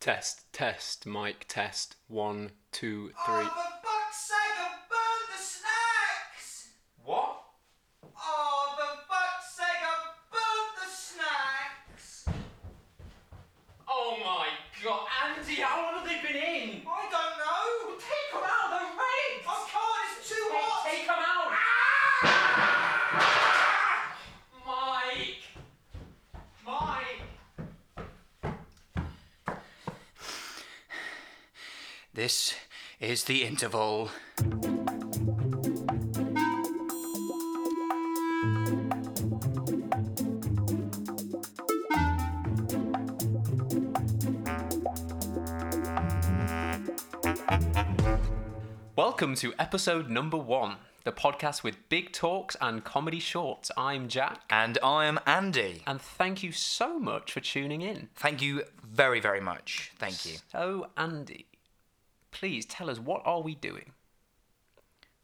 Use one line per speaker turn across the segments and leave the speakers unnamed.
Test, test, mic test. One, two, three.
Oh, for fuck's sake, I burned the snacks!
What?
Oh, for fuck's sake, I burned the snacks!
Oh my god, Andy, how long have they been in?
I don't know! Take them out of the ring! I can't, it's too hot!
Take them out! Mike! Mike!
This is the interval.
Welcome to episode number one, the podcast with big talks and comedy shorts. I'm Jack,
And I am Andy.
and thank you so much for tuning in.
Thank you very, very much. Thank you.
So, Andy, please tell us what are we doing?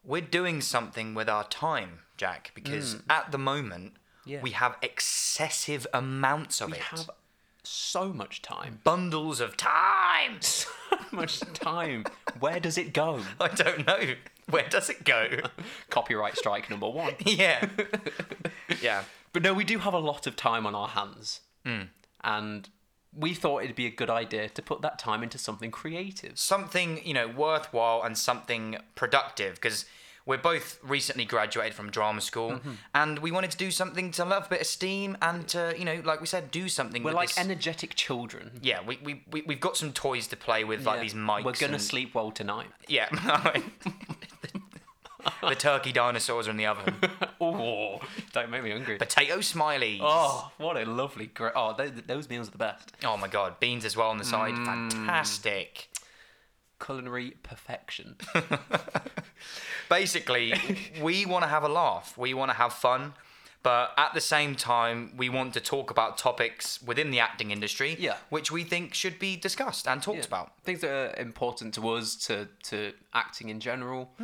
We're doing something with our time, Jack, because at the moment
Mm. Yeah.
we have excessive amounts of
We
it.
have so much time.
Bundles of time.
So much time. Where does it go?
I don't know. Where does it go?
Copyright strike number one.
yeah. yeah.
But no, we do have a lot of time on our hands. And we thought it'd be a good idea to put that time into something creative.
Something, you know, worthwhile and something productive because we're both recently graduated from drama school
Mm-hmm.
and we wanted to do something to love a bit of steam and to, you know, like we said, do something
We're
with
like
this-
energetic children.
yeah, we, we, we, we've got some toys to play with, like
Yeah.
these mics.
We're gonna
and-
sleep well tonight.
Yeah. the turkey dinosaurs are in the oven.
Oh, don't make me hungry.
Potato smileys.
Oh, what a lovely! Gra- oh, those, those meals are the best.
Oh my god, beans as well on the side.
Mm.
Fantastic.
Culinary perfection.
Basically, we want to have a laugh. We want to have fun. But at the same time, we want to talk about topics within the acting industry,
Yeah.
which we think should be discussed and talked about.
things that are important to us, to to acting in general,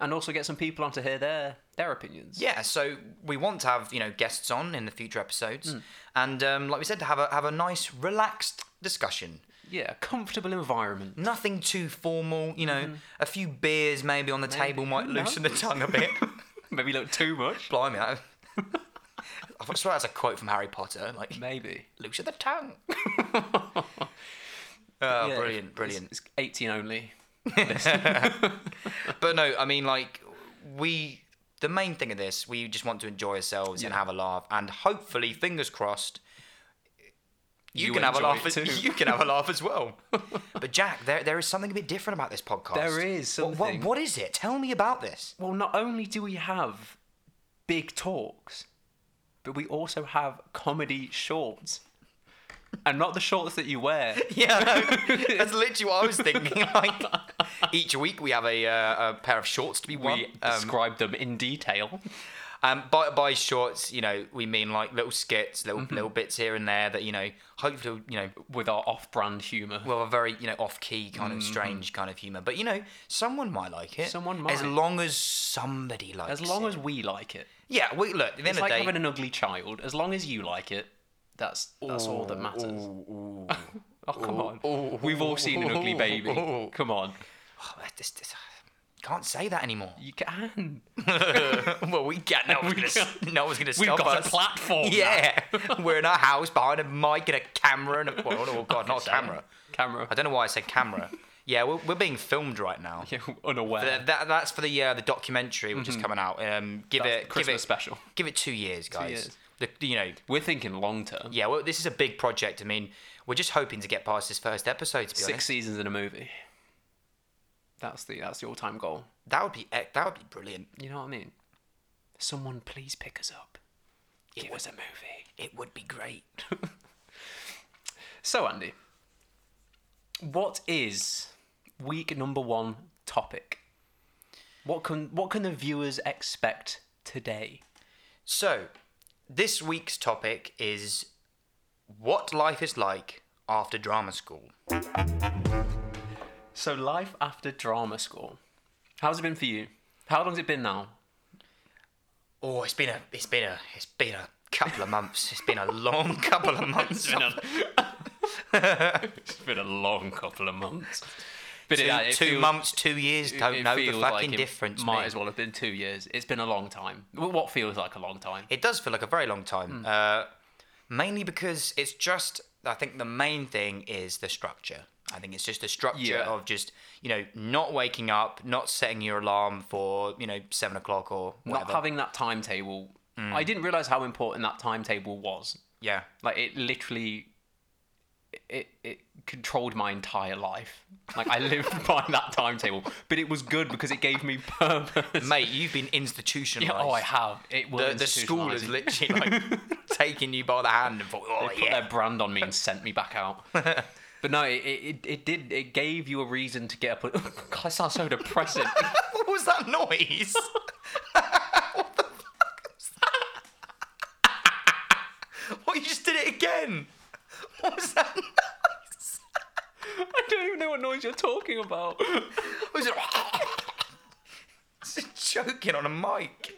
and also get some people on to hear their their opinions.
Yeah, so we want to have you know guests on in the future episodes, and um, like we said, to have a have a nice, relaxed discussion.
yeah, comfortable environment.
Nothing too formal, you know. A few beers maybe on the table might
Who knows?
loosen the tongue a bit.
Hmm, Maybe not too much.
Blimey, I, I swear that's a quote from Harry Potter. Like,
Maybe.
loosen the tongue. oh,
Yeah,
brilliant,
it's-
brilliant.
It's, eighteen only.
But no, I mean, like, we. The main thing of this, we just want to enjoy ourselves and
Yeah.
have a laugh, and hopefully, fingers crossed, you,
You
can have a
enjoy
laugh.
it
As,
too.
you can have a laugh as well. but Jack, there there is something a bit different about this podcast.
There is
What- what-
something.
what is it? Tell me about this.
Well, not only do we have big talks, but we also have comedy shorts, and not the shorts that you wear.
Yeah, no, that's literally what I was thinking. Like each week we have a, uh, a pair of shorts to be worn.
We
Um,
describe them in detail.
um, by by shorts, you know, we mean like little skits, little
Mm-hmm.
little bits here and there that you know, hopefully, you know,
with our off-brand humour.
well, a very you know off key kind of strange kind of humor. But you know, someone might like it.
Mm-hmm. Someone
as
might.
long as somebody likes.
as long
it.
as we like it,
yeah, we look. At the end
it's
of
like
the day,
having an ugly child. As long as you like it, that's that's all that matters.
Oh, Ooh, ooh.
oh come on,
ooh,
we've all seen an ugly
ooh,
baby.
ooh.
Come on,
Oh, this, this, can't say that anymore.
you can.
well, we get no one's
We
gonna, s- no one's gonna
We've
stop
got
us.
a platform. now.
Yeah, we're in our house behind a mic and a camera and a well, oh god, not a
Say it.
camera. I
camera.
don't know why I said camera. Yeah, we're, we're being filmed right now.
Yeah, unaware.
That, that- that's for the uh, the documentary which is coming out. Um, give
Mm-hmm. That's the
it
Christmas
give it
special.
Give it two years, guys.
years.
The- you know,
We're thinking long term.
yeah. Well, this is a big project. I mean, we're just hoping to get past this first episode. To be
Six
honest,
seasons in a movie. That's the that's the all-time goal.
that would be ec- that would be brilliant.
You know what I mean? Someone please pick us up. Give us a movie.
It would be great.
So, Andy, what is week number one topic? What can what can the viewers expect today?
So, this week's topic is what life is like after drama school.
So, life after drama school. How's it been for you? How long's it been now?
Oh, it's been a it's been a it's been a couple of months. It's been a long couple of months.
It's been a long couple of months. But
Two,
yeah, it
two
feels-
months, two years,
it-
don't
it
know the
feels
fucking
like it
difference.
Might
mate.
as well have been two years. It's been a long time. W- What feels like a long time.
It does feel like a very long
Hmm.
time. Uh, mainly because it's just, I think the main thing is the structure. I think it's just the structure
Yeah.
of just, you know, not waking up, not setting your alarm for, you know, seven o'clock or whatever. Mm.
Not having that timetable. I didn't realize how important that timetable was.
yeah.
Like it literally, it it controlled my entire life. Like I lived by that timetable, but it was good because it gave me purpose.
Mate, you've been institutionalized.
Yeah, oh, I have. It will
the, the school is
institutionalise you.
literally like taking you by the hand and thought, oh,
They put
yeah.
their brand on me and sent me back out. but no, it, it it did. It gave you a reason to get up. and- God, I sound so depressing.
what was that noise? what the fuck was that? What, you just did it again? What was that?
I don't even know what noise you're talking about.
Was it? It's choking on a mic.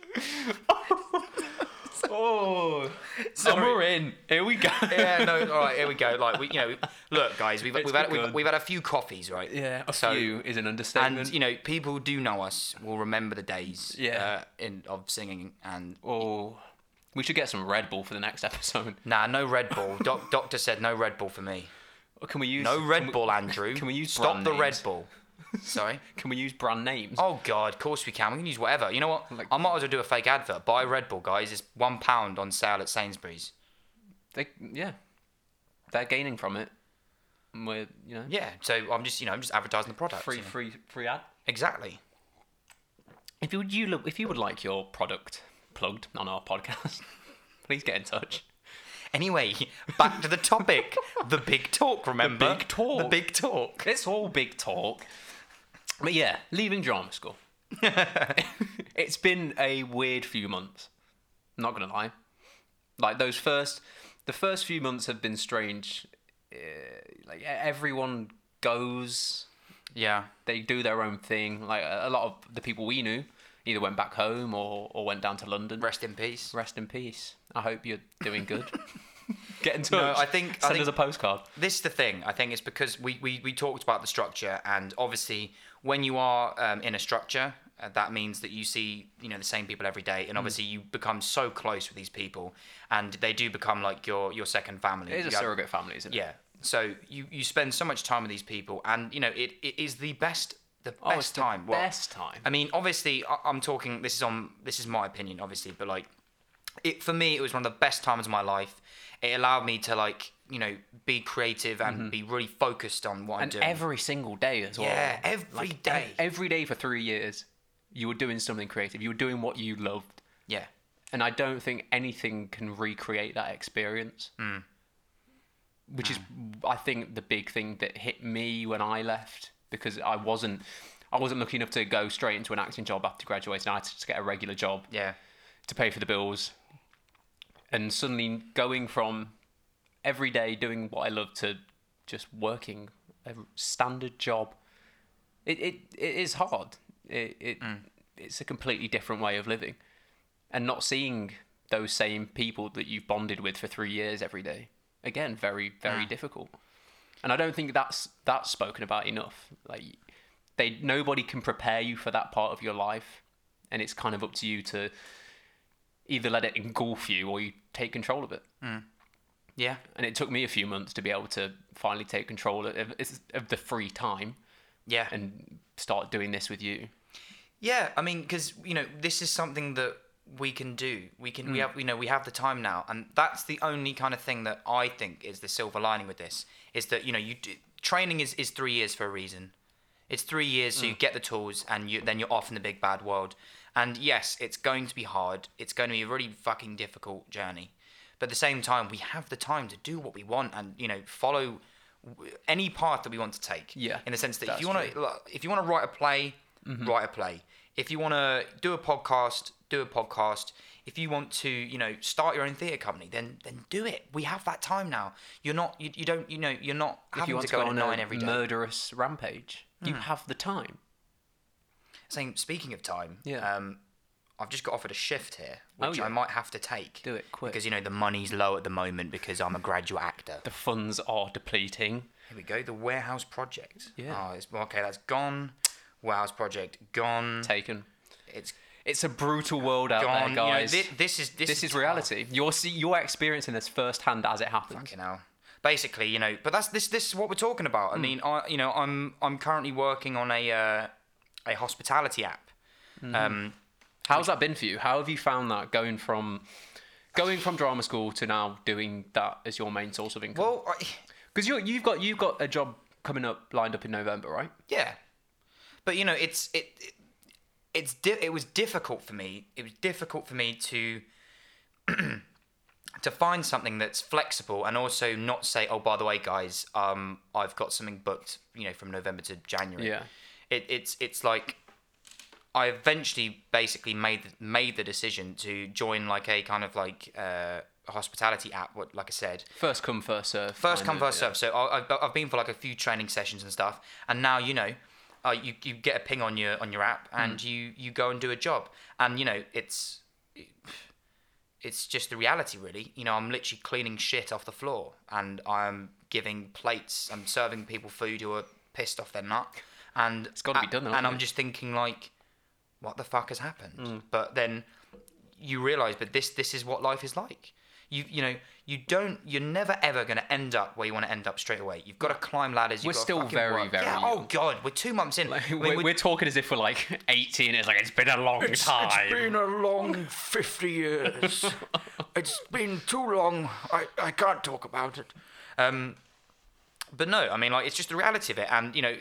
Oh,
Sorry.
summer in. Here we go.
Yeah, no. All right, here we go. Like we, you know, look, guys, we've,
It's
we've had we've,
begun.
we've had a few coffees, right?
Yeah, a
So-
few is an understatement.
And you know, people who do know us will remember the days,
Yeah.
uh, in of singing and
oh, we should get some Red Bull for the next episode.
nah, no Red Bull. Doc, doctor said no Red Bull for me.
Or Can we use
No
can we-
Red Bull, Andrew.
can we use
stop
brand
the Red
names?
Bull? Sorry.
Can we use brand names?
Oh God, of course we can. We can use whatever. You know what?
Like-
I might as well do a fake advert. Buy Red Bull, guys. It's one pound on sale at Sainsbury's.
They, yeah, they're gaining from it. And We're you know
Yeah. So I'm just, you know, I'm just advertising the product.
free
you know.
free free ad.
Exactly.
If you would you look, if you would like your product plugged on our podcast, please get in touch.
Anyway, back to the topic. the big talk. Remember
big talk.
The big talk.
It's all big talk. But yeah, leaving drama school. it's been a weird few months. Not gonna lie, like those first, the first few months have been strange. Uh, like e- everyone goes,
Yeah.
they do their own thing. Like a a lot of the people we knew either went back home or or went down to London.
Rest in peace.
Rest in peace. I hope you're doing good. Get in touch.
No, I think- I
send
think-
us a postcard.
this is the thing i think it's because we, we, we talked about the structure and obviously when you are um, in a structure uh, that means that you see you know the same people every day
Mm.
and obviously you become so close with these people and they do become like your your second family
It is a
You have-
surrogate family, isn't it?
yeah so you you spend so much time with these people and you know it, it is the best the best
Oh, it's the
time Well,
best time.
I mean, obviously, I- I'm talking. This is on. This is my opinion, obviously, but like, it for me, it was one of the best times of my life. It allowed me to like, you know, be creative and be really focused on what I'm
And
doing.
every single day as well.
yeah, every day.
E- Every day for three years, you were doing something creative. You were doing what you loved.
yeah,
And I don't think anything can recreate that experience.
Hmm.
Which is, I think, the big thing that hit me when I left because I wasn't. I wasn't lucky enough to go straight into an acting job after graduating. I had to just get a regular job.
yeah,
to pay for the bills and suddenly going from every day doing what I love to just working a standard job it it, it is hard it, it it's a completely different way of living and not seeing those same people that you've bonded with for 3 years every day again very very difficult and I don't think that's that's spoken about enough like they nobody can prepare you for that part of your life and it's kind of up to you to either let it engulf you or you take control of it.
yeah.
And it took me a few months to be able to finally take control of, of the free time
Yeah,
and start doing this with you.
yeah. I mean, because you know, this is something that we can do. We can. We have. You know, we have the time now, and that's the only kind of thing that I think is the silver lining with this is that you know, you do, training is is three years for a reason. It's three years, so you get the tools, and you then you're off in the big bad world. And yes, it's going to be hard. It's going to be a really fucking difficult journey. But at the same time, we have the time to do what we want, and you know, follow w- any path that we want to take.
Yeah,
In the sense that if
that's Mm-hmm.
you want to, if you want to write a play, write a play. If you want to do a podcast, do a podcast. If you want to, you know, start your own theatre company, then then do it. We have that time now. You're not, you, you don't, you know, you're not having
If you want to
go,
go,
in at
on
nine
a
every day. Hmm.
murderous rampage, you have the time.
Saying, speaking of time,
Yeah. Oh,
um, I've just got offered a shift here, which
yeah.
I might have to take.
Do it quick.
Because you know the money's low at the moment because I'm a graduate actor.
The funds are depleting.
Here we go. The warehouse project.
Yeah.
Oh, it's, well, okay, that's gone. Warehouse project gone.
Taken.
It's
It's a brutal world out
gone.
there,
You know,
guys.
thi- this, is this,
this is
tough.
reality. You're see, you're experiencing this firsthand as it happens.
Fucking hell. Basically, you know, but that's this. This is what we're talking about. I mean, I you know, I'm I'm currently working on a uh, a hospitality app. Um,
How's that been for you? How have you found that going from going from drama school to now doing that as your main source of income?
well, I,
Because you you've got you've got a job coming up lined up in November, right?
Yeah, but you know, it's it, it it's di- it was difficult for me. It was difficult for me to to find something that's flexible and also not say, oh, by the way, guys, um, I've got something booked, you know, from November to January.
Yeah.
it, it's it's like. I eventually basically made the, made the decision to join like a kind of like uh, hospitality app. What like I said,
First come, first serve.
First
kind
come,
of,
first
yeah.
serve. So I, I've, I've been for like a few training sessions and stuff, and now you know, uh, you, you get a ping on your on your app, and
Mm.
you you go and do a job, and you know it's it's just the reality, really. You know, I'm literally cleaning shit off the floor, and I'm giving plates, I'm serving people food who are pissed off their nut, and it's
gotta be done though,
And
hasn't
I'm
it?
just thinking like, what the fuck has happened?
Mm.
But then you realize but this this is what life is like you you know you don't you're never ever going to end up where you want to end up straight away you've got to climb ladders you've
We're
gotta
still
fucking
very,
work.
very
yeah,
young.
oh god we're two months in I mean,
We're, we're talking as if we're like 18. It's like it's been a long time.
a long 50 years it's been too long i i can't talk about it um but no, I mean, like, it's just the reality of it. And, you know,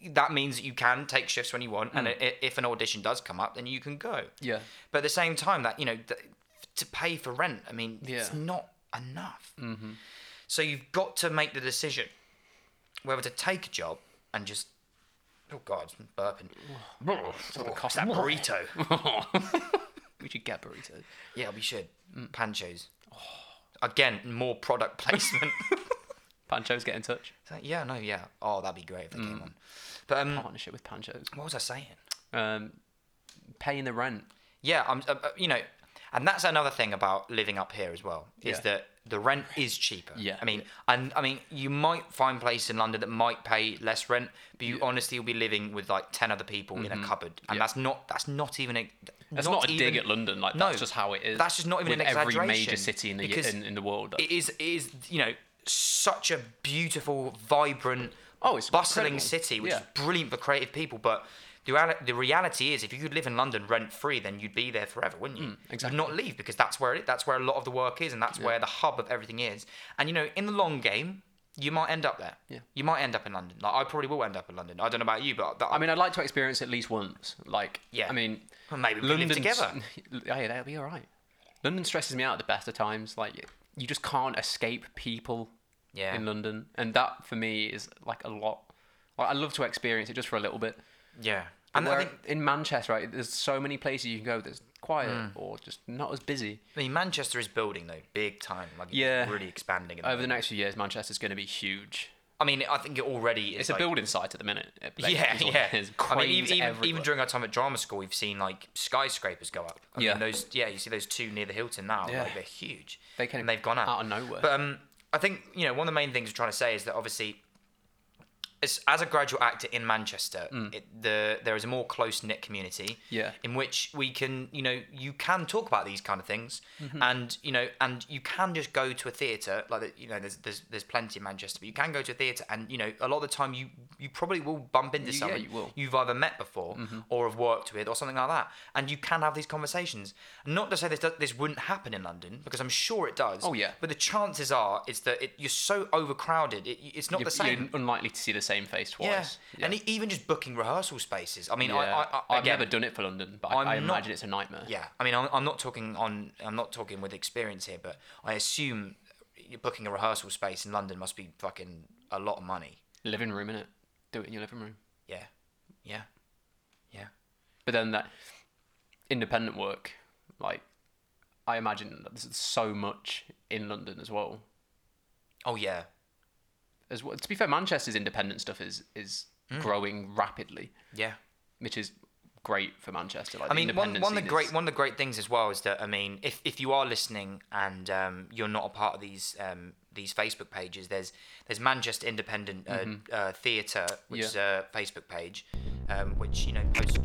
th- that means that you can take shifts when you want. And
Mm.
i- if an audition does come up, then you can go.
Yeah.
But at the same time, that, you know, th- to pay for rent, I mean, it's
Yeah.
not enough. So you've got to make the decision whether to take a job and just, oh God, I'm burping. Oh, it's that burrito.
we should get burritos.
yeah, we should. Panchos. Again, more product placement.
Panchos, get in touch.
So, yeah, no, yeah. Oh, that'd be great if they came on. But um,
Partnership with Panchos.
what was I saying?
Um, paying the rent.
Yeah, I'm. Uh, uh, you know, and that's another thing about living up here as well is
Yeah.
that the rent is cheaper.
Yeah.
I mean, and I mean, you might find places in London that might pay less rent, but you honestly will be living with like ten other people in a cupboard, and
Mm-hmm. Yeah.
that's not that's not even a.
That's not, a dig
even-
at London. Like
No,
that's just how it is.
that's just not even
with
an
every major
exaggeration,
city in the
because
in, in the world. though.
It is it is you know such a beautiful, vibrant,
Oh, it's
bustling
incredible.
city, which
Yeah.
is brilliant for creative people, but. The, reali- the reality is, if you could live in London rent free, then you'd be there forever, wouldn't you?
Mm, exactly.
You'd not leave because that's where it, that's where a lot of the work is, and that's where the hub of everything is. And you know, in the long game, you might end up there.
Yeah.
You might end up in London. Like I probably will end up in London. I don't know about you, but that,
I mean, I'd like to experience it at least once. Like,
Yeah.
I mean,
Well, maybe we live
London's- Oh,
together.
yeah, yeah, that'll be all right. London stresses me out at the best of times. Like, you just can't escape people
Yeah.
in London, and that for me is like a lot. Like, I love to experience it just for a little bit.
yeah.
And
And I
where,
think
in Manchester, right, there's so many places you can go that's quiet
Mm.
or just not as busy.
I mean, Manchester is building though, big time. Like it's
Yeah.
really expanding. at
Over the
moment.
next few years, Manchester's going to be huge.
I mean, I think it already is.
It's
like,
a building site at the minute. It- like,
Yeah,
it's all-
yeah.
there's
I mean,
cranes
even, even, even
everywhere.
during our time at drama school, we've seen like skyscrapers go up. I mean,
Yeah.
those. Yeah, you see those two near the Hilton now.
Yeah.
Like, they're huge.
They came
and they've gone up
out of nowhere.
But um, I think you know one of the main things we're trying to say is that obviously, as, as a graduate actor in Manchester, it, the there is a more close knit community.
Mm. Yeah.
In which we can, you know, you can talk about these kind of things,
Mm-hmm.
and you know, and you can just go to a theatre. Like you know, there's there's there's plenty in Manchester, but you can go to a theatre, and you know, a lot of the time you you probably will bump into
You- yeah,
someone
you will. Mm-hmm.
you've either met before or have worked with or something like that, and you can have these conversations. Not to say this does, this wouldn't happen in London because I'm sure it does.
Oh, yeah.
But the chances are is that it, you're so overcrowded, it, it's not
you're,
the same.
you're unlikely to see the same face
yeah.
twice.
and e- even just booking rehearsal spaces. I mean,
Yeah.
I, I, I
have
again,
never done it for London, but I,
I'm
I
not-
imagine it's a nightmare.
Yeah, I mean, I'm, I'm not talking on. I'm not talking with experience here, but I assume booking a rehearsal space in London must be fucking a lot of money.
Living room, innit? Do it in your living room.
Yeah, yeah, yeah.
But then that independent work, like, I imagine that there's so much in London as well.
Oh yeah,
As well,
Mm.
to be fair, Manchester's independent stuff is is growing rapidly,
yeah.
which is great for Manchester. Like
I mean, one, one of the
independence
great
is-
one of the great things as well is that I mean, if, if you are listening and um, you're not a part of these um, these Facebook pages, there's there's Manchester Independent uh, uh, Theatre, which
Yeah.
is a Facebook page, um, which you know posts.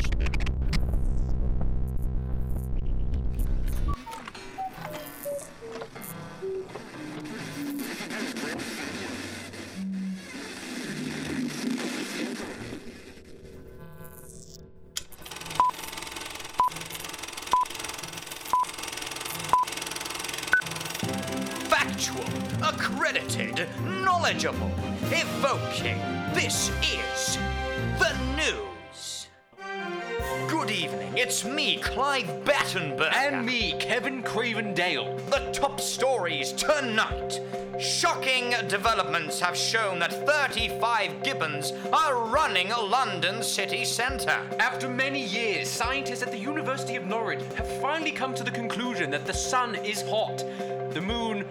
factual, accredited, knowledgeable, evoking. This is the news. Good evening. It's me, Clive Battenberg.
And me, Kevin Craven Dale.
The top stories tonight. Shocking developments have shown that 35 gibbons are running London city centre.
After many years, scientists at the University of Norwich have finally come to the conclusion that the sun is hot, the moon,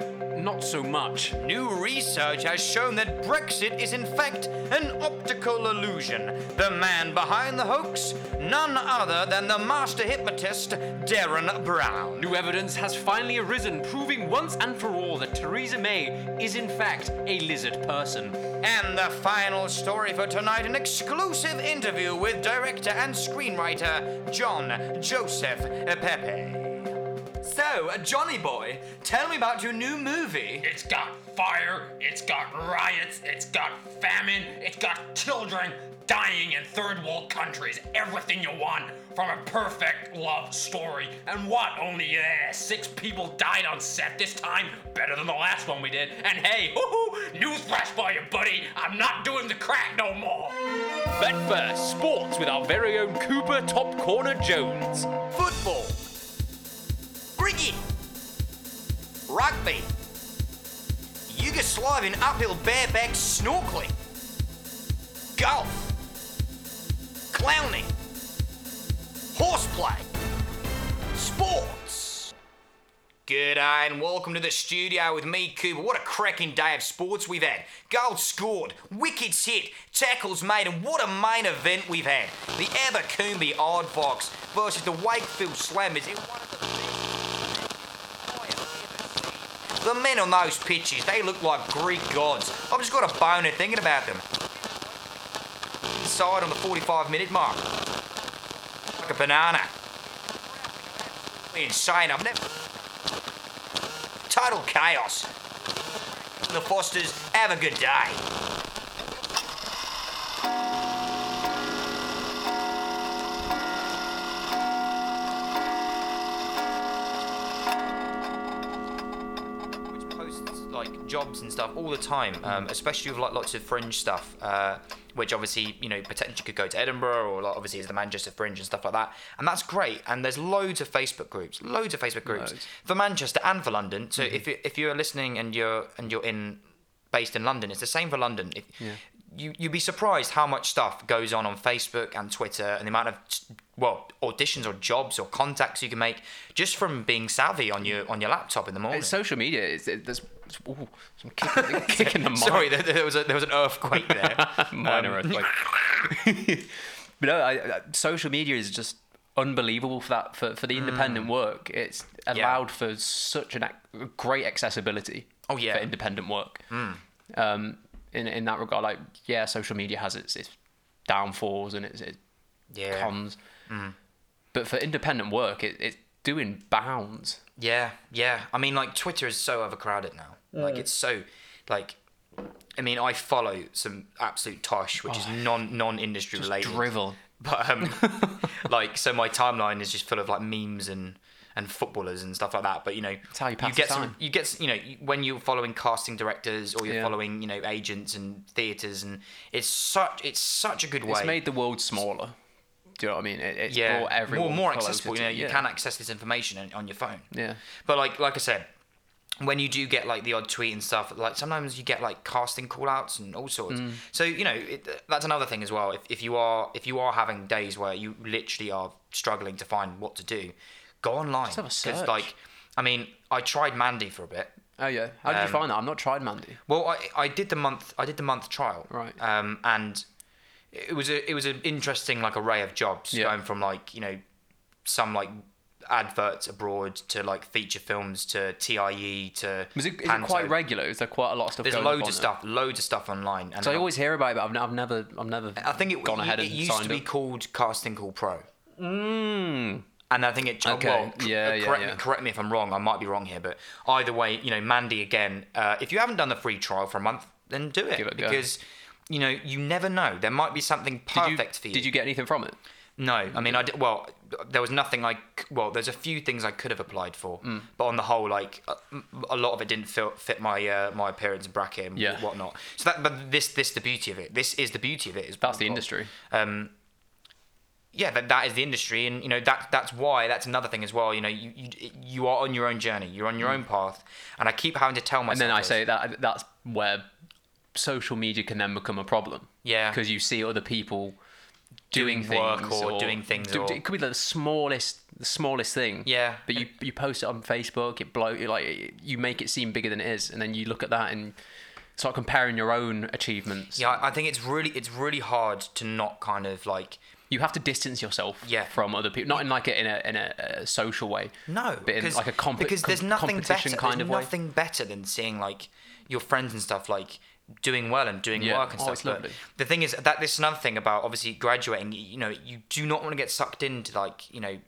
not so much.
New research has shown that Brexit is in fact an optical illusion. The man behind the hoax, none other than the master hypnotist Darren Brown.
New evidence has finally arisen, proving once and for all that Theresa May is in fact a lizard person.
And the final story for tonight an exclusive interview with director and screenwriter John Joseph Pepe. So, Johnny Boy, tell me about your new movie.
It's got fire, it's got riots, it's got famine, it's got children dying in third world countries. Everything you want from a perfect love story. And what? Only eh, six people died on set this time, better than the last one we did. And hey, hoo-hoo, newsflash for you, buddy, I'm not doing the crack no more.
But first, Uh, sports with our very own Cooper Top Corner Jones.
Football, cricket, rugby, Yugoslavian uphill bareback snorkeling, golf, clowning, horseplay, sports. Good day and welcome to the studio with me, Cooper. What a cracking day of sports we've had. Goals scored, wickets hit, tackles made, and what a main event we've had. The Abercrombie Oddbox versus the Wakefield Slammers in one of the best I have ever seen. The men on those pitches, they look like Greek gods. I've just got a boner thinking about them. Inside on the 45 minute mark. Like a banana. Insane, I've never total chaos. The Fosters, have a good day.
which posts like jobs and stuff all the time, um, especially with like lots of fringe stuff, uh, which obviously you know potentially could go to Edinburgh or like, obviously is the Manchester Fringe and stuff like that, and that's great. And there's loads of Facebook groups, loads of Facebook groups
Loads.
for Manchester and for London. So if you, if you're listening and you're and you're in based in London, it's the same for London. If, You, you'd be surprised how much stuff goes on on Facebook and Twitter and the amount of well auditions or jobs or contacts you can make just from being savvy on your on your laptop in the morning.
It's social media. It's, it, there's it's- ooh, some kicking, kicking the mic.
Sorry, there, there was a, there was an earthquake there.
minor earthquake. but no, I, I, social media is just unbelievable for that for, for the independent
Mm.
work. It's allowed for such an ac- great accessibility.
Oh, yeah. Mm.
for independent work. Um, in in that regard, like yeah, social media has its, its downfalls and its, its
yeah. Mm.
cons. But for independent work, it, it's doing bounds.
yeah, yeah. I mean, like Twitter is so overcrowded now. Like it's so, like, I mean, I follow some absolute tosh, which is non non industry related.
Drivel.
But um, like, so my timeline is just full of like memes and and footballers and stuff like that. But you know,
how you pass
get
the
some-
time.
you get s- you know you- when you're following casting directors or you're
Yeah.
following you know agents and theaters and it's such it's such a good way.
It's made the world smaller. Do you know what I mean? It, it's
yeah,
brought everyone
more more
closer
accessible.
to-
You know, you
yeah.
can access this information on, on your phone.
Yeah.
But like like I said, when you do get like the odd tweet and stuff, like sometimes you get like casting call outs and all sorts.
Mm.
So you know it, that's another thing as well. If, if you are if you are having days where you literally are struggling to find what to do, go online
have a search.
like I mean I tried Mandy for a bit.
Oh yeah. How did
Um,
you find that? I've not tried Mandy.
Well, I I did the month I did the month trial.
Right.
Um and it was a it was an interesting like array of jobs
Yeah.
going from like you know some like adverts abroad to like feature films to TIE to
Was it, is it
Panto.
quite regular? Is there quite a lot of stuff?
There's
going up
loads
on
of
it?
stuff, loads of stuff online, and
So I always hear about it, but I've, n- I've never, I've never.
I think it
gone ahead
it,
and
used
signed
to be
up.
called Casting Call Pro. Mm.
Hmm.
And I think it.
Okay,
Well, cor-
yeah,
uh,
yeah,
correct
yeah.
me. Correct me if I'm wrong. I might be wrong here, but either way, you know, Mandy again. Uh, if you haven't done the free trial for a month, then do it,
Give it a go.
because you know you never know. There might be something
Did you-
perfect for you.
Did you get anything from it?
No, I mean, I did, well, there was nothing I c- well, there's a few things I could have applied for,
Mm.
but on the whole, like a, a lot of it didn't fit, fit my uh, my appearance bracket and
Yeah.
whatnot. So that, but this this the beauty of it. This is the beauty of it. Is
That's the industry.
Um, yeah, that, that is the industry, and you know that that's why that's another thing as well. You know, you you, you are on your own journey, you're on your own path, and I keep having to tell myself.
Mm. And then I
this.
say that that's where social media can then become a problem.
Yeah.
Because you see other people doing,
Doing work
things
or doing things
Do-
or-
it could be the smallest the smallest thing.
Yeah.
But you you post it on Facebook, it blow like you make it seem bigger than it is, and then you look at that and start comparing your own achievements.
yeah, I I think it's really it's really hard to not kind of like
You have to distance yourself
Yeah.
from other people, not in like a, in a in a, a social way.
No,
but in
because-
like a comp-
because there's
com-
nothing
competition
better,
kind
there's
of way.
Nothing better than seeing like your friends and stuff like doing well and doing
Yeah.
work and
Oh,
stuff.
it's
but
lovely.
the thing is that this is another thing about obviously graduating. y- You know, you do not want to get sucked into like you know.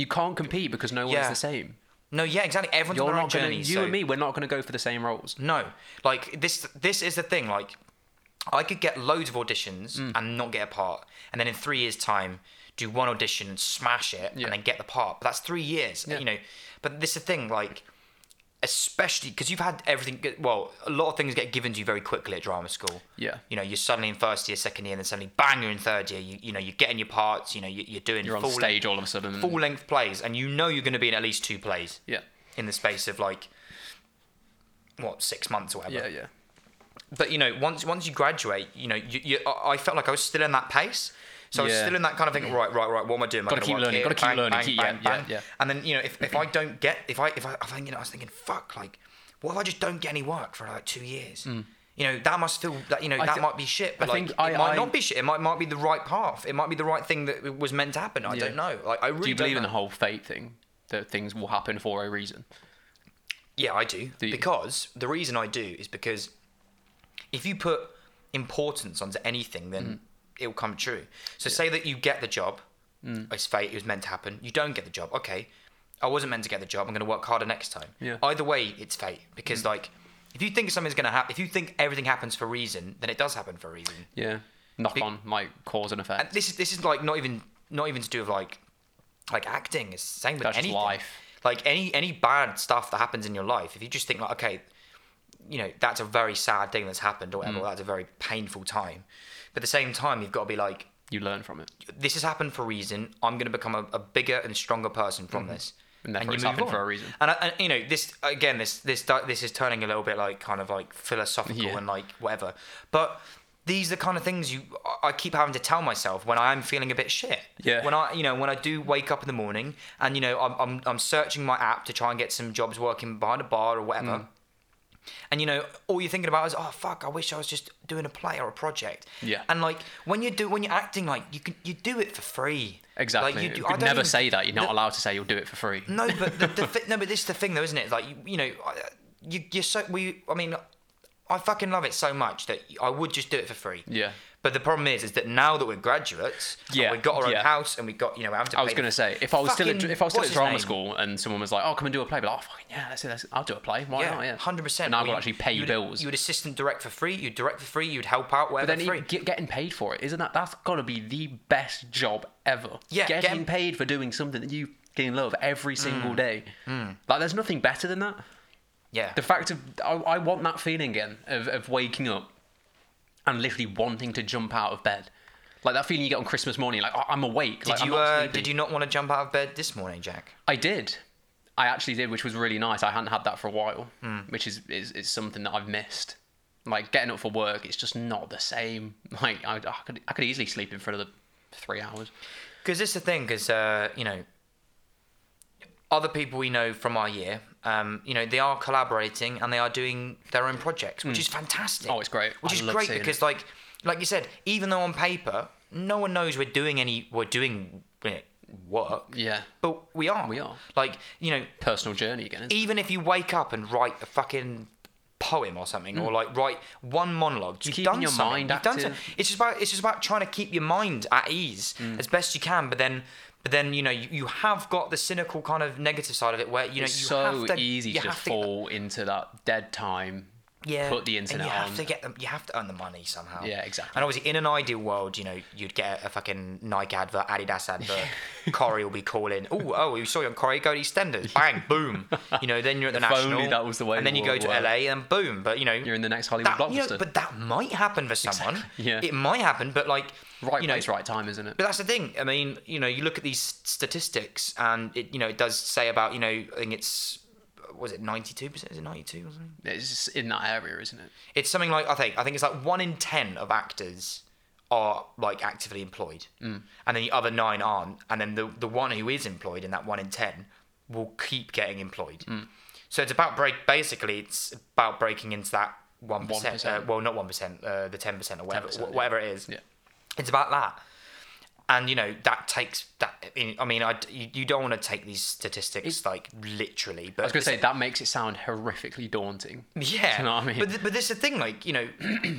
You can't compete because no one's
Yeah.
the same.
No, yeah, exactly. Everyone's on
You're
their own
not gonna,
journey.
you
so-
and me, we're not going to go for the same roles.
No, like this. This is the thing. Like, I could get loads of auditions
Mm.
and not get a part, and then in three years' time, do one audition and smash it,
Yeah.
and then get the part. But that's three years, you know. But this is the thing. Like, especially because you've had everything. get- Well, a lot of things get given to you very quickly at drama school.
Yeah.
You know, you're suddenly in first year, second year, and then suddenly bang, you're in third year. You, you know, you're getting your parts. You know, you, you're doing.
You're on
full
stage all of a sudden.
full length plays, and you know you're going to be in at least two plays.
Yeah.
In the space of like, what six months or whatever.
Yeah, yeah.
But you know, once once you graduate, you know, you, you I I felt like I was still in that pace. So I was
Yeah.
still in that kind of thing. Right, right, right. What am I doing? Am I
Gotta
gonna
keep
work
learning,
here?
gotta keep
Bang,
learning,
bang,
keep-
bang,
yeah, yeah,
bang.
yeah.
And then you know, if, if I don't get, if I if I, if I, you know, I was thinking, fuck, like, what if I just don't get any work for like two years? You know, that must feel that you know
Mm. I
that
thi-
might be shit. But
I
like,
think
it
I-
might
I-
not be shit. It might might be the right path. It might be the right thing that was meant to happen. I
Yeah.
don't know. Like, I really
Do you believe
don't
in
know.
the whole fate thing? That things will happen for a reason.
Yeah, I do.
you?
Because the reason I do is because if you put importance onto anything, then
Mm.
it will come true. So say that you get the job,
Mm.
it's fate, it was meant to happen. You don't get the job, okay. I wasn't meant to get the job. I'm going to work harder next time.
Yeah. Mm.
Either way, it's fate because like if you think something's going to happen, if you think everything happens for a reason, then it does happen for a reason.
Yeah. Knock on, like cause and effect.
And this is this is like not even not even to do with like like acting. It's the same with
That's
anything.
life.
Like any any bad stuff that happens in your life, if you just think like, okay, you know, that's a very sad thing that's happened or whatever,
Mm.
or that's a very painful time. But at the same time, you've got to be like,
you learn from it.
this has happened for a reason. I'm going to become a, a bigger and stronger person from this.
Mm-hmm. And therefore it's happened for a reason.
And, I, and you know, this again, this this di- this is turning a little bit like kind of like philosophical
Yeah.
and like whatever. But these are the kind of things you I- I keep having to tell myself when I am feeling a bit shit.
Yeah.
When I you know when I do wake up in the morning and you know I'm I'm, I'm searching my app to try and get some jobs working behind a bar or whatever.
Mm.
And you know, all you're thinking about is, oh fuck, I wish I was just doing a play or a project.
Yeah.
And like when you do, when you're acting, like you can, you do it for free.
Exactly.
Like,
you
do- I
could
don't
never
even-
say that. You're not
the-
allowed to say you'll do it for free.
No, but the, the thi- no, but this is the thing though, isn't it? Like you, you know, I- you, you're so we. I mean, I fucking love it so much that I would just do it for free.
Yeah.
But the problem is, is that now that we're graduates, yeah,
Yeah,
we've got our own
yeah.
house and we got, you know, I have to.
I was gonna say if I was still at,
Fucking-
if I was still at
what's his
drama
name?
school and someone was like, "Oh, come and do a play," I'd be like, "Oh, fucking yeah, that's it. That's, I'll do a play. Why not?"
Yeah,
Yeah,
hundred percent.
And I will actually pay
you would-
bills.
You would assistant direct for free. You'd direct for free. You'd help out
but
wherever
then
free.
even get, getting paid for it, isn't that that's gotta be the best job ever?
Yeah,
getting,
getting- Mm.
paid for doing something that you fucking love every single day. Like, there's nothing better than that.
yeah.
the fact of I, I want that feeling again of, of waking up and literally wanting to jump out of bed like that feeling you get on christmas morning like "Oh, i'm awake
Did
like,
you
I'm not
uh,
sleeping."
did you not want to jump out of bed this morning, Jack?
i did i actually did which was really nice i hadn't had that for a while
Hmm.
which is, is is something that i've missed like getting up for work it's just not the same like i, I could i could easily sleep in for another three hours
Because it's the thing. Because uh, you know, other people we know from our year, um, you know, they are collaborating and they are doing their own projects, which is fantastic.
Oh, it's great.
Which
I
is
love
great
seeing
because
it.
like like you said, even though on paper no one knows we're doing any, we're doing eh, work,
Yeah.
but we are.
We are.
Like you know,
Personal journey again. Isn't it?
even if you wake up and write a fucking poem or something, or like write one monologue, you've
Mm. keeping
done
your
something.
mind
you've done
active.
something. It's just about it's just about trying to keep your mind at ease
Mm.
as best you can. But then, but then you know you, you have got the cynical kind of negative side of it where you know
It's
you
so
have to, Oh.
easy
you
to just
have
fall into that dead time.
yeah,
put the internet
and you
on.
have to get them. You have to earn the money somehow.
Yeah, exactly.
And obviously, in an ideal world, you know, you'd get a, a fucking Nike advert, Adidas advert. Corey will be calling. Oh, oh, we saw you on Corey. Go to EastEnders. Bang, boom. You know, then you're at the
If only
national.
that was the way
And then
the
you go
world
to
worked.
LA, and boom. But you know,
You're in the next Hollywood
that, you know,
blockbuster.
but that might happen for someone.
Exactly, yeah.
It might happen, but like,
right
you know,
place, right time, isn't it?
but that's the thing. I mean, you know, you look at these statistics, and it, you know, it does say about, you know, I think it's, was it ninety two percent? Is it ninety two or something?
It's just in that area, isn't it?
it's something like I think I think it's like one in ten of actors are like actively employed, and then the other nine aren't, and then the the one who is employed in that one in ten will keep getting employed. So it's about break. Basically, it's about breaking into that one percent. Uh,
1%.
well, not one percent, uh, the ten percent or whatever,
10%,
wh- whatever it is.
Yeah.
It's about that. And you know that takes that. I mean, I you, you don't want to take these statistics like literally, but
I was going to say that makes it sound horrifically daunting.
yeah,
Do you know what I mean?
but th- but this is the thing, like you know,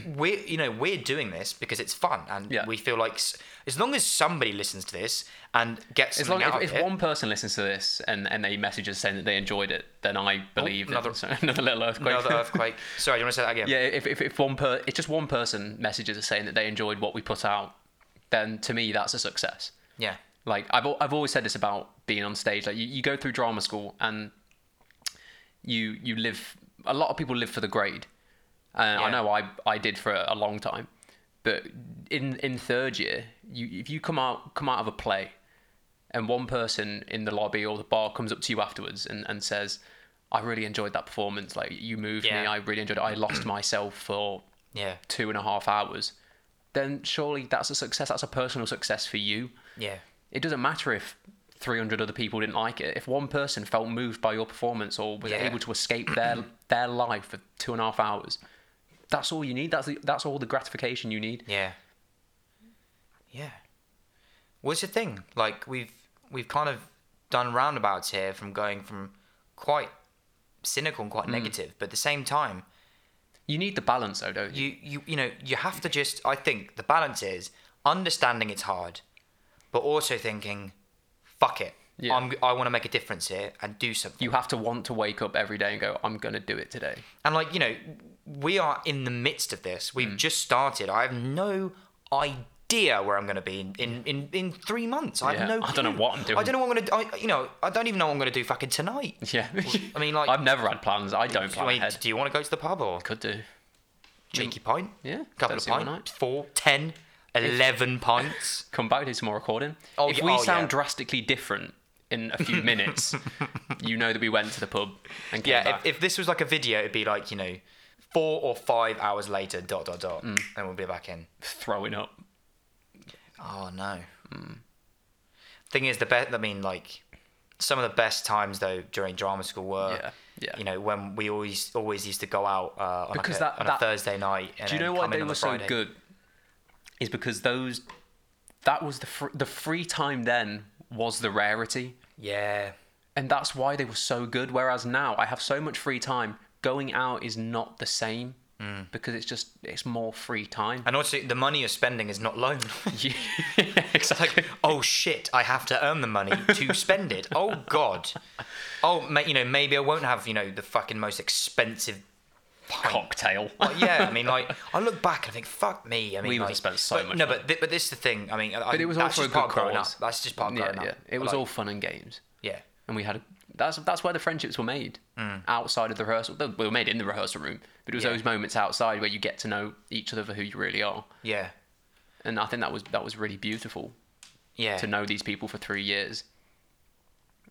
we're you know we're doing this because it's fun, and
Yeah.
we feel like s- as long as somebody listens to this and gets
As long
something
if,
out
if
of it,
one person listens to this and, and they message us saying that they enjoyed it, then I believe another,
Oh,
it.
another-
So, another little earthquake.
another earthquake. Sorry, do you want to say that again?
yeah, if, if, if one per if just one person messages us saying that they enjoyed what we put out, then to me that's a success.
yeah,
Like I've al- I've always said this about being on stage. Like you, you go through drama school and you you live. A lot of people live for the grade. Uh, I
Yeah.
know I I did for a, a long time, but in in third year, you if you come out come out of a play, and one person in the lobby or the bar comes up to you afterwards and, and says, "I really enjoyed that performance. Like you moved me.
Yeah.
I really enjoyed it. I lost myself for
yeah,
two and a half hours." Then surely that's a success. That's a personal success for you
yeah,
it doesn't matter if 300 other people didn't like it. If one person felt moved by your performance or was
Yeah.
able to escape their their life for two and a half hours, that's all you need. That's the, that's all the gratification you need.
yeah, yeah. What's the thing? Like we've we've kind of done roundabouts here from going from quite cynical and
Mm.
quite negative, but at the same time,
You need the balance, though, don't you?
you you you know you have to just i think the balance is understanding it's hard but also thinking fuck it
Yeah.
I'm, i want to make a difference here and do something
You have to want to wake up every day and go, "I'm gonna do it today."
and like you know we are in the midst of this
Mm.
we've just started i have no idea where i'm going to be in in, in in three months i
Yeah,
have no
I don't know
clue.
what I'm doing.
i don't know what i'm going to do I, you know i don't even know what i'm going to do fucking tonight
Yeah.
i mean like
I've never had plans. I don't plan
I mean,
ahead.
do you want to go to the pub or
Could do.
cheeky pint
Yeah, don't
couple of
see why
pints
not.
four ten eleven pints
Come back do some more recording.
Oh,
if
yeah-
we
oh,
sound
yeah.
drastically different in a few minutes, you know that we went to the pub and came
Yeah,
back.
if, if this was like a video, it'd be like, you know, four or five hours later, dot, dot, dot,
Mm.
and we'll be back in.
throwing up.
Oh, no. Thing is, the best, I mean, like, some of the best times, though, during drama school were,
Yeah, yeah.
you know, when we always always used to go out uh, on, like,
Because
a,
that-
on
that-
a Thursday night. And
Do you
then
know why
come in
they
on the
were so
Friday.
good? Is because those that was the fr- the free time then was the rarity,
Yeah.
and that's why they were so good. Whereas now I have so much free time, going out is not the same
Hmm.
because it's just it's more free time.
And also, the money you're spending is not loan.
You- exactly.
oh shit, I have to earn the money to spend it. Oh god. Oh, ma- you know, maybe I won't have, you know, the fucking most expensive pint.
Cocktail.
Like, yeah, I mean, like I look back and I think, fuck me. I mean,
We would
like,
have spent so
but,
much
No,
money.
but th- but this is the thing. I mean,
but it was
that's
also a
just part
good
of growing
cause.
up. That's just part of
yeah,
growing
yeah.
up.
It was
Like,
all fun and games,
yeah,
and we had a, that's that's where the friendships were made outside of the rehearsal. They were made in the rehearsal room, but it was
Yeah.
those moments outside where you get to know each other for who you really are.
yeah,
and I think that was that was really beautiful
yeah.
to know these people for three years.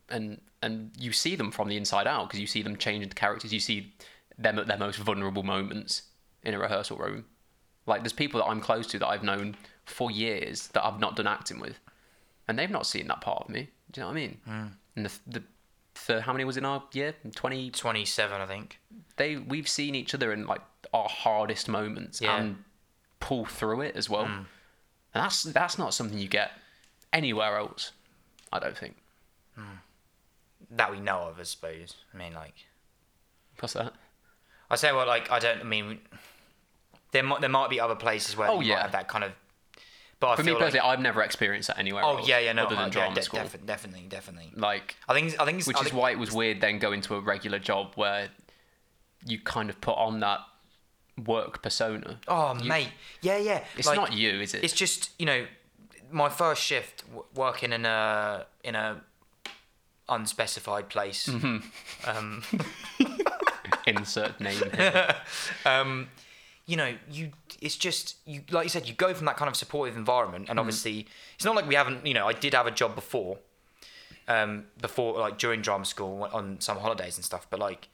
And and you see them from the inside out because you see them change into characters. You see them at their most vulnerable moments in a rehearsal room. Like there's people that I'm close to that I've known for years that I've not done acting with, and they've not seen that part of me. Do you know what I mean? And the the, the how many was in our year? Twenty
Twenty-seven, I think.
they we've seen each other in like our hardest moments
Yeah. Hmm.
and pull through it as well. And that's that's not something you get anywhere else. I don't think.
that we know of, I suppose. I mean, like
What's that?
I say, well, like I don't. I mean, there might there might be other places where
Oh,
you
yeah.
might have that kind of. But I
For me
feel like
personally, I've never experienced that anywhere.
oh
else
yeah yeah no
Other
uh,
than
yeah,
drama
de-
school,
defi- definitely definitely.
like
I think I think it's-
which
I
is
think-
why it was weird then going to a regular job where you kind of put on that work persona.
Oh mate, yeah yeah.
It's
like,
not you, is it?
It's just you know, my first shift w- working in a in a unspecified place.
Insert name. here.
you know, you it's just you like you said, you go from that kind of supportive environment,
Mm-hmm.
and obviously it's not like we haven't. You know, I did have a job before, um, before like during drama school on some holidays and stuff, but like.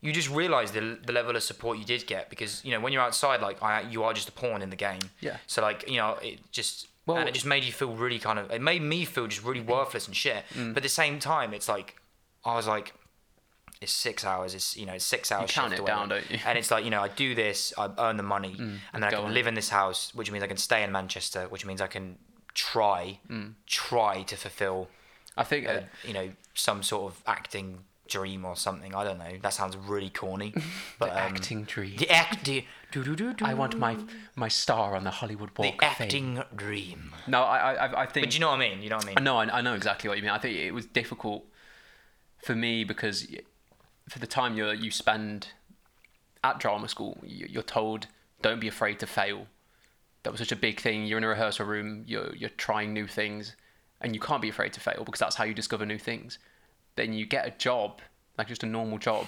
You just realise the, the level of support you did get because you know when you're outside, like I, you are just a pawn in the game.
Yeah.
So like you know it just
Well- Mm.
and it just made you feel really kind of it made me feel just really worthless and shit. But at the same time, it's like I was like, it's six hours. It's you know it's six hours.
count
shift
it
or whatever.
down, don't you?
And it's like you know I do this, I earn the money, and then I
Mm. go
can
on.
live in this house, which means I can stay in Manchester, which means I can try
Mm.
try to fulfill
I think
uh,
uh,
you know some sort of acting dream or something. I don't know. That sounds really corny, but um,
acting dream.
The act, the,
I want my my star on the Hollywood Walk
the
of Fame.
acting dream.
No, I I, I think
Do you know what I mean? You know what I mean?
No, I, I know exactly what you mean. I think it was difficult for me because y- for the time you you spend at drama school, you, you're told don't be afraid to fail. That was such a big thing. You're in a rehearsal room. You're you're trying new things, and you can't be afraid to fail because that's how you discover new things. Then you get a job, like just a normal job.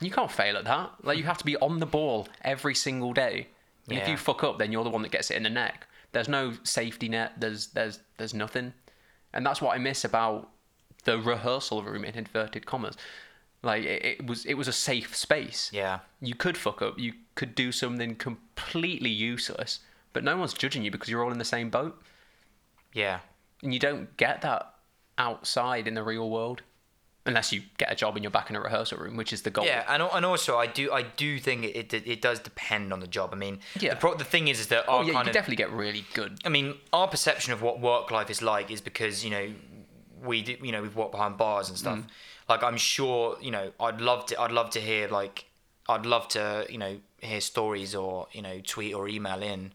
you can't fail at that. Like you have to be on the ball every single day. And if
Yeah.
you fuck up, then you're the one that gets it in the neck. There's no safety net. There's there's there's nothing, and that's what I miss about the rehearsal room in inverted commas. Like it, it was it was a safe space.
Yeah.
You could fuck up. You could do something completely useless, but no one's judging you because you're all in the same boat,
Yeah.
and you don't get that outside in the real world, unless you get a job and you're back in a rehearsal room, which is the goal.
Yeah, and, al- and also I do I do think it it, it does depend on the job. I mean,
Yeah.
the, pro- the thing is is that our
Oh, yeah, you
kind
could
of
definitely get really good.
I mean our perception of what work life is like is because you know we do, you know we've worked behind bars and
Mm.
stuff. Like I'm sure you know I'd love to I'd love to hear like I'd love to you know hear stories or you know tweet or email in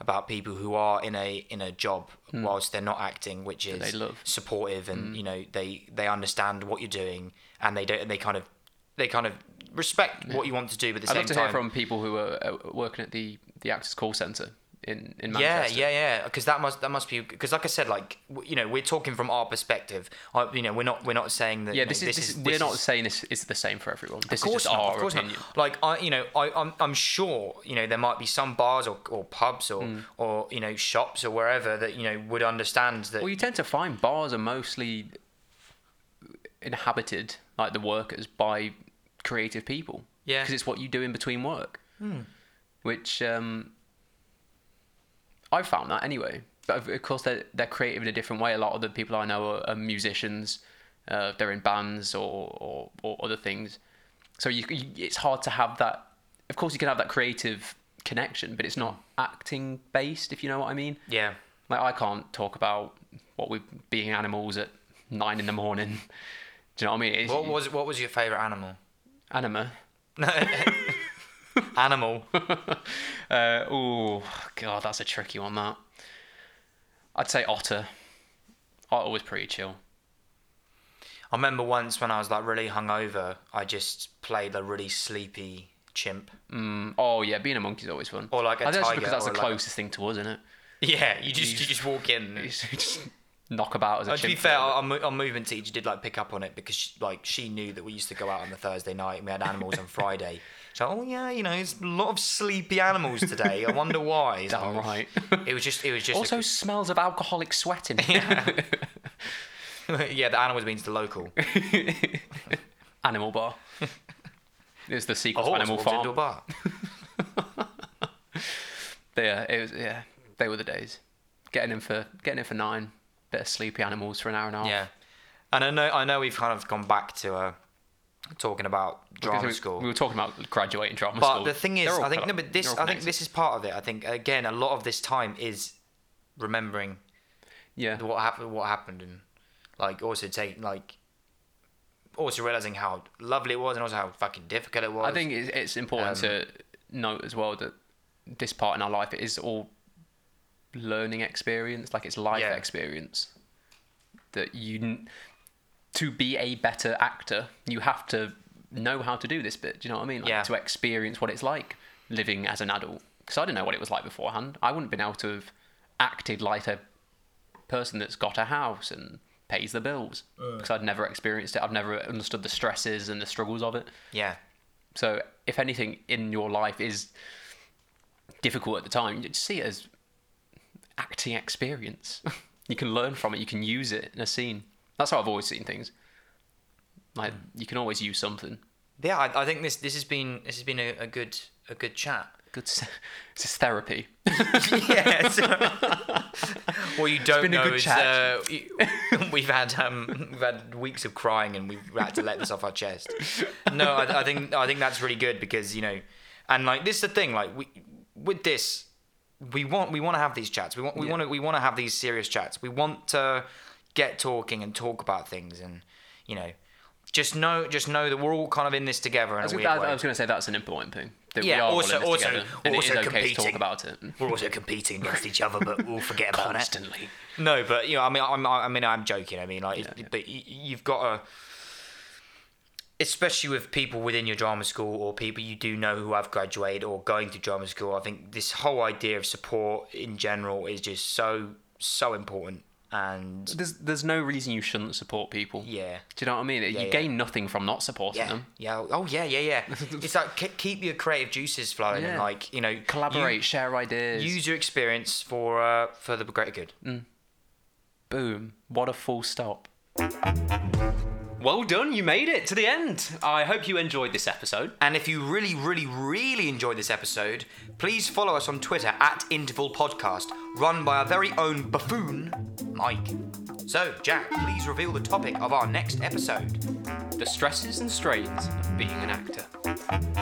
about people who are in a in a job whilst they're not acting, which is
Mm. they love. Mm.
supportive and you know they they understand what you're doing and they don't they kind of they kind of respect what you want to do but at the
I'd
same
love to
time
hear from people who are uh, working at the the actors call center in in
yeah
Manchester.
yeah yeah because that must that must be because like i said like w- you know we're talking from our perspective I, you know we're not we're not saying that
Yeah,
you know,
this, is, this is, we're
this
not
is-
saying this is the same for everyone. This
of course
is just
not,
our
of course
opinion.
not. Like I, you know, I, I'm, I'm sure, you know, there might be some bars or, or pubs or,
Hmm.
or you know shops or wherever that you know would understand that.
Well, you tend to find bars are mostly inhabited, like the workers, by creative people.
Yeah.
Because it's what you do in between work. Which um, I found that anyway. But of- of course, they're, they're creative in a different way. A lot of the people I know are, are musicians, uh, they're in bands or, or, or other things. So you, you, it's hard to have that. Of course, you can have that creative connection, but it's not acting based, if you know what I mean.
yeah,
Like I can't talk about what we being animals at nine in the morning. Do you know what I mean? It's,
what was what was your favorite animal?
anima?
Animal.
Uh, oh god, that's a tricky one. That I'd say otter. Otter was pretty chill.
I remember once when I was like really hungover, I just played a really sleepy chimp.
Mm, oh yeah, being a monkey's always fun.
Or like a
I think that's
tiger
because that's
or
the
like a-
closest thing to us, isn't it?
Yeah, you just you just walk in.
It's just knock about as a
Uh, to be
chimp
fair,
for a
our, mo- our movement teacher did like pick up on it because she, like she knew that we used to go out on the Thursday night and we had animals on Friday. So oh yeah, you know, it's a lot of sleepy animals today. I wonder why. It's
Damn
like-
right.
It was just it was just
Also, smells of alcoholic sweating.
yeah. The animals means the local.
Animal bar. It's the sequel
A
to
horse
Animal
walks into a
Farm.
bar.
Yeah, it was. Yeah, they were the days. Getting in for getting in for nine. Bit of sleepy animals for an hour and a half.
Yeah, and I know I know we've kind of gone back to a talking about drama
we,
school.
we were talking about graduating drama
but
school.
the thing is,
They're all
I think
co-
no, but this
they're all
I think
connected.
this is part of it. I think again, a lot of this time is remembering
yeah,
what happened, what happened, and like also take like also realizing how lovely it was, and also how fucking difficult it was. Um,
I think it's, it's important to note as well that this part in our life it is all learning experience, like it's life
Yeah.
experience. That you, n- to be a better actor, you have to know how to do this bit. Do you know what I mean? Like,
Yeah.
To experience what it's like living as an adult, because I didn't know what it was like beforehand. I wouldn't have been able to have acted like a person that's got a house and pays the bills
Uh.
because I'd never experienced it. I've never understood the stresses and the struggles of it.
yeah,
So if anything in your life is difficult at the time, you see it as acting experience. you can learn from it. You can use it in a scene. That's how I've always seen things. Like
Hmm.
you can always use something.
yeah. I, I think this this has been this has been a, a good a good chat.
Good. s- This is therapy.
yes. well, you don't
been a
know
good
is
chat.
uh, y- we've had um, we've had weeks of crying and we've had to let this off our chest. No, I, I think I think that's really good because you know, and like this is the thing like we with this we want we want to have these chats. We want we want to we want to have these serious chats. We want to get talking and talk about things and you know. Just know, just know that we're all kind of in this together in
I was,
a weird
gonna-
way.
I was going to say that's an important thing. That
Yeah,
We are all
also-
in this
also-
together, and
also
it is okay to
competing.
talk about it
We're also competing against each other, but we'll forget about it.
constantly.
No, but you know, I mean, I'm, I mean, I'm joking. I mean, like, it's-
yeah.
but y- you've got to, especially with people within your drama school or people you do know who have graduated or going to drama school. I think this whole idea of support in general is just so so important. And
There's there's no reason you shouldn't support people.
yeah,
Do you know what I mean? you
yeah.
gain nothing from not supporting
yeah,
them.
yeah. Oh yeah, yeah, yeah. it's like ke- keep your creative juices flowing and
Yeah.
like you know you-
Collaborate, share ideas.
use your experience for uh, for the greater good.
Boom. What a full stop. Well done, you made it to the end. I hope you enjoyed this episode.
And if you really, really, really enjoyed this episode, please follow us on Twitter at Interval Podcast, run by our very own buffoon, Mike. So, Jack, please reveal the topic of our next episode.
The stresses and strains of being an actor.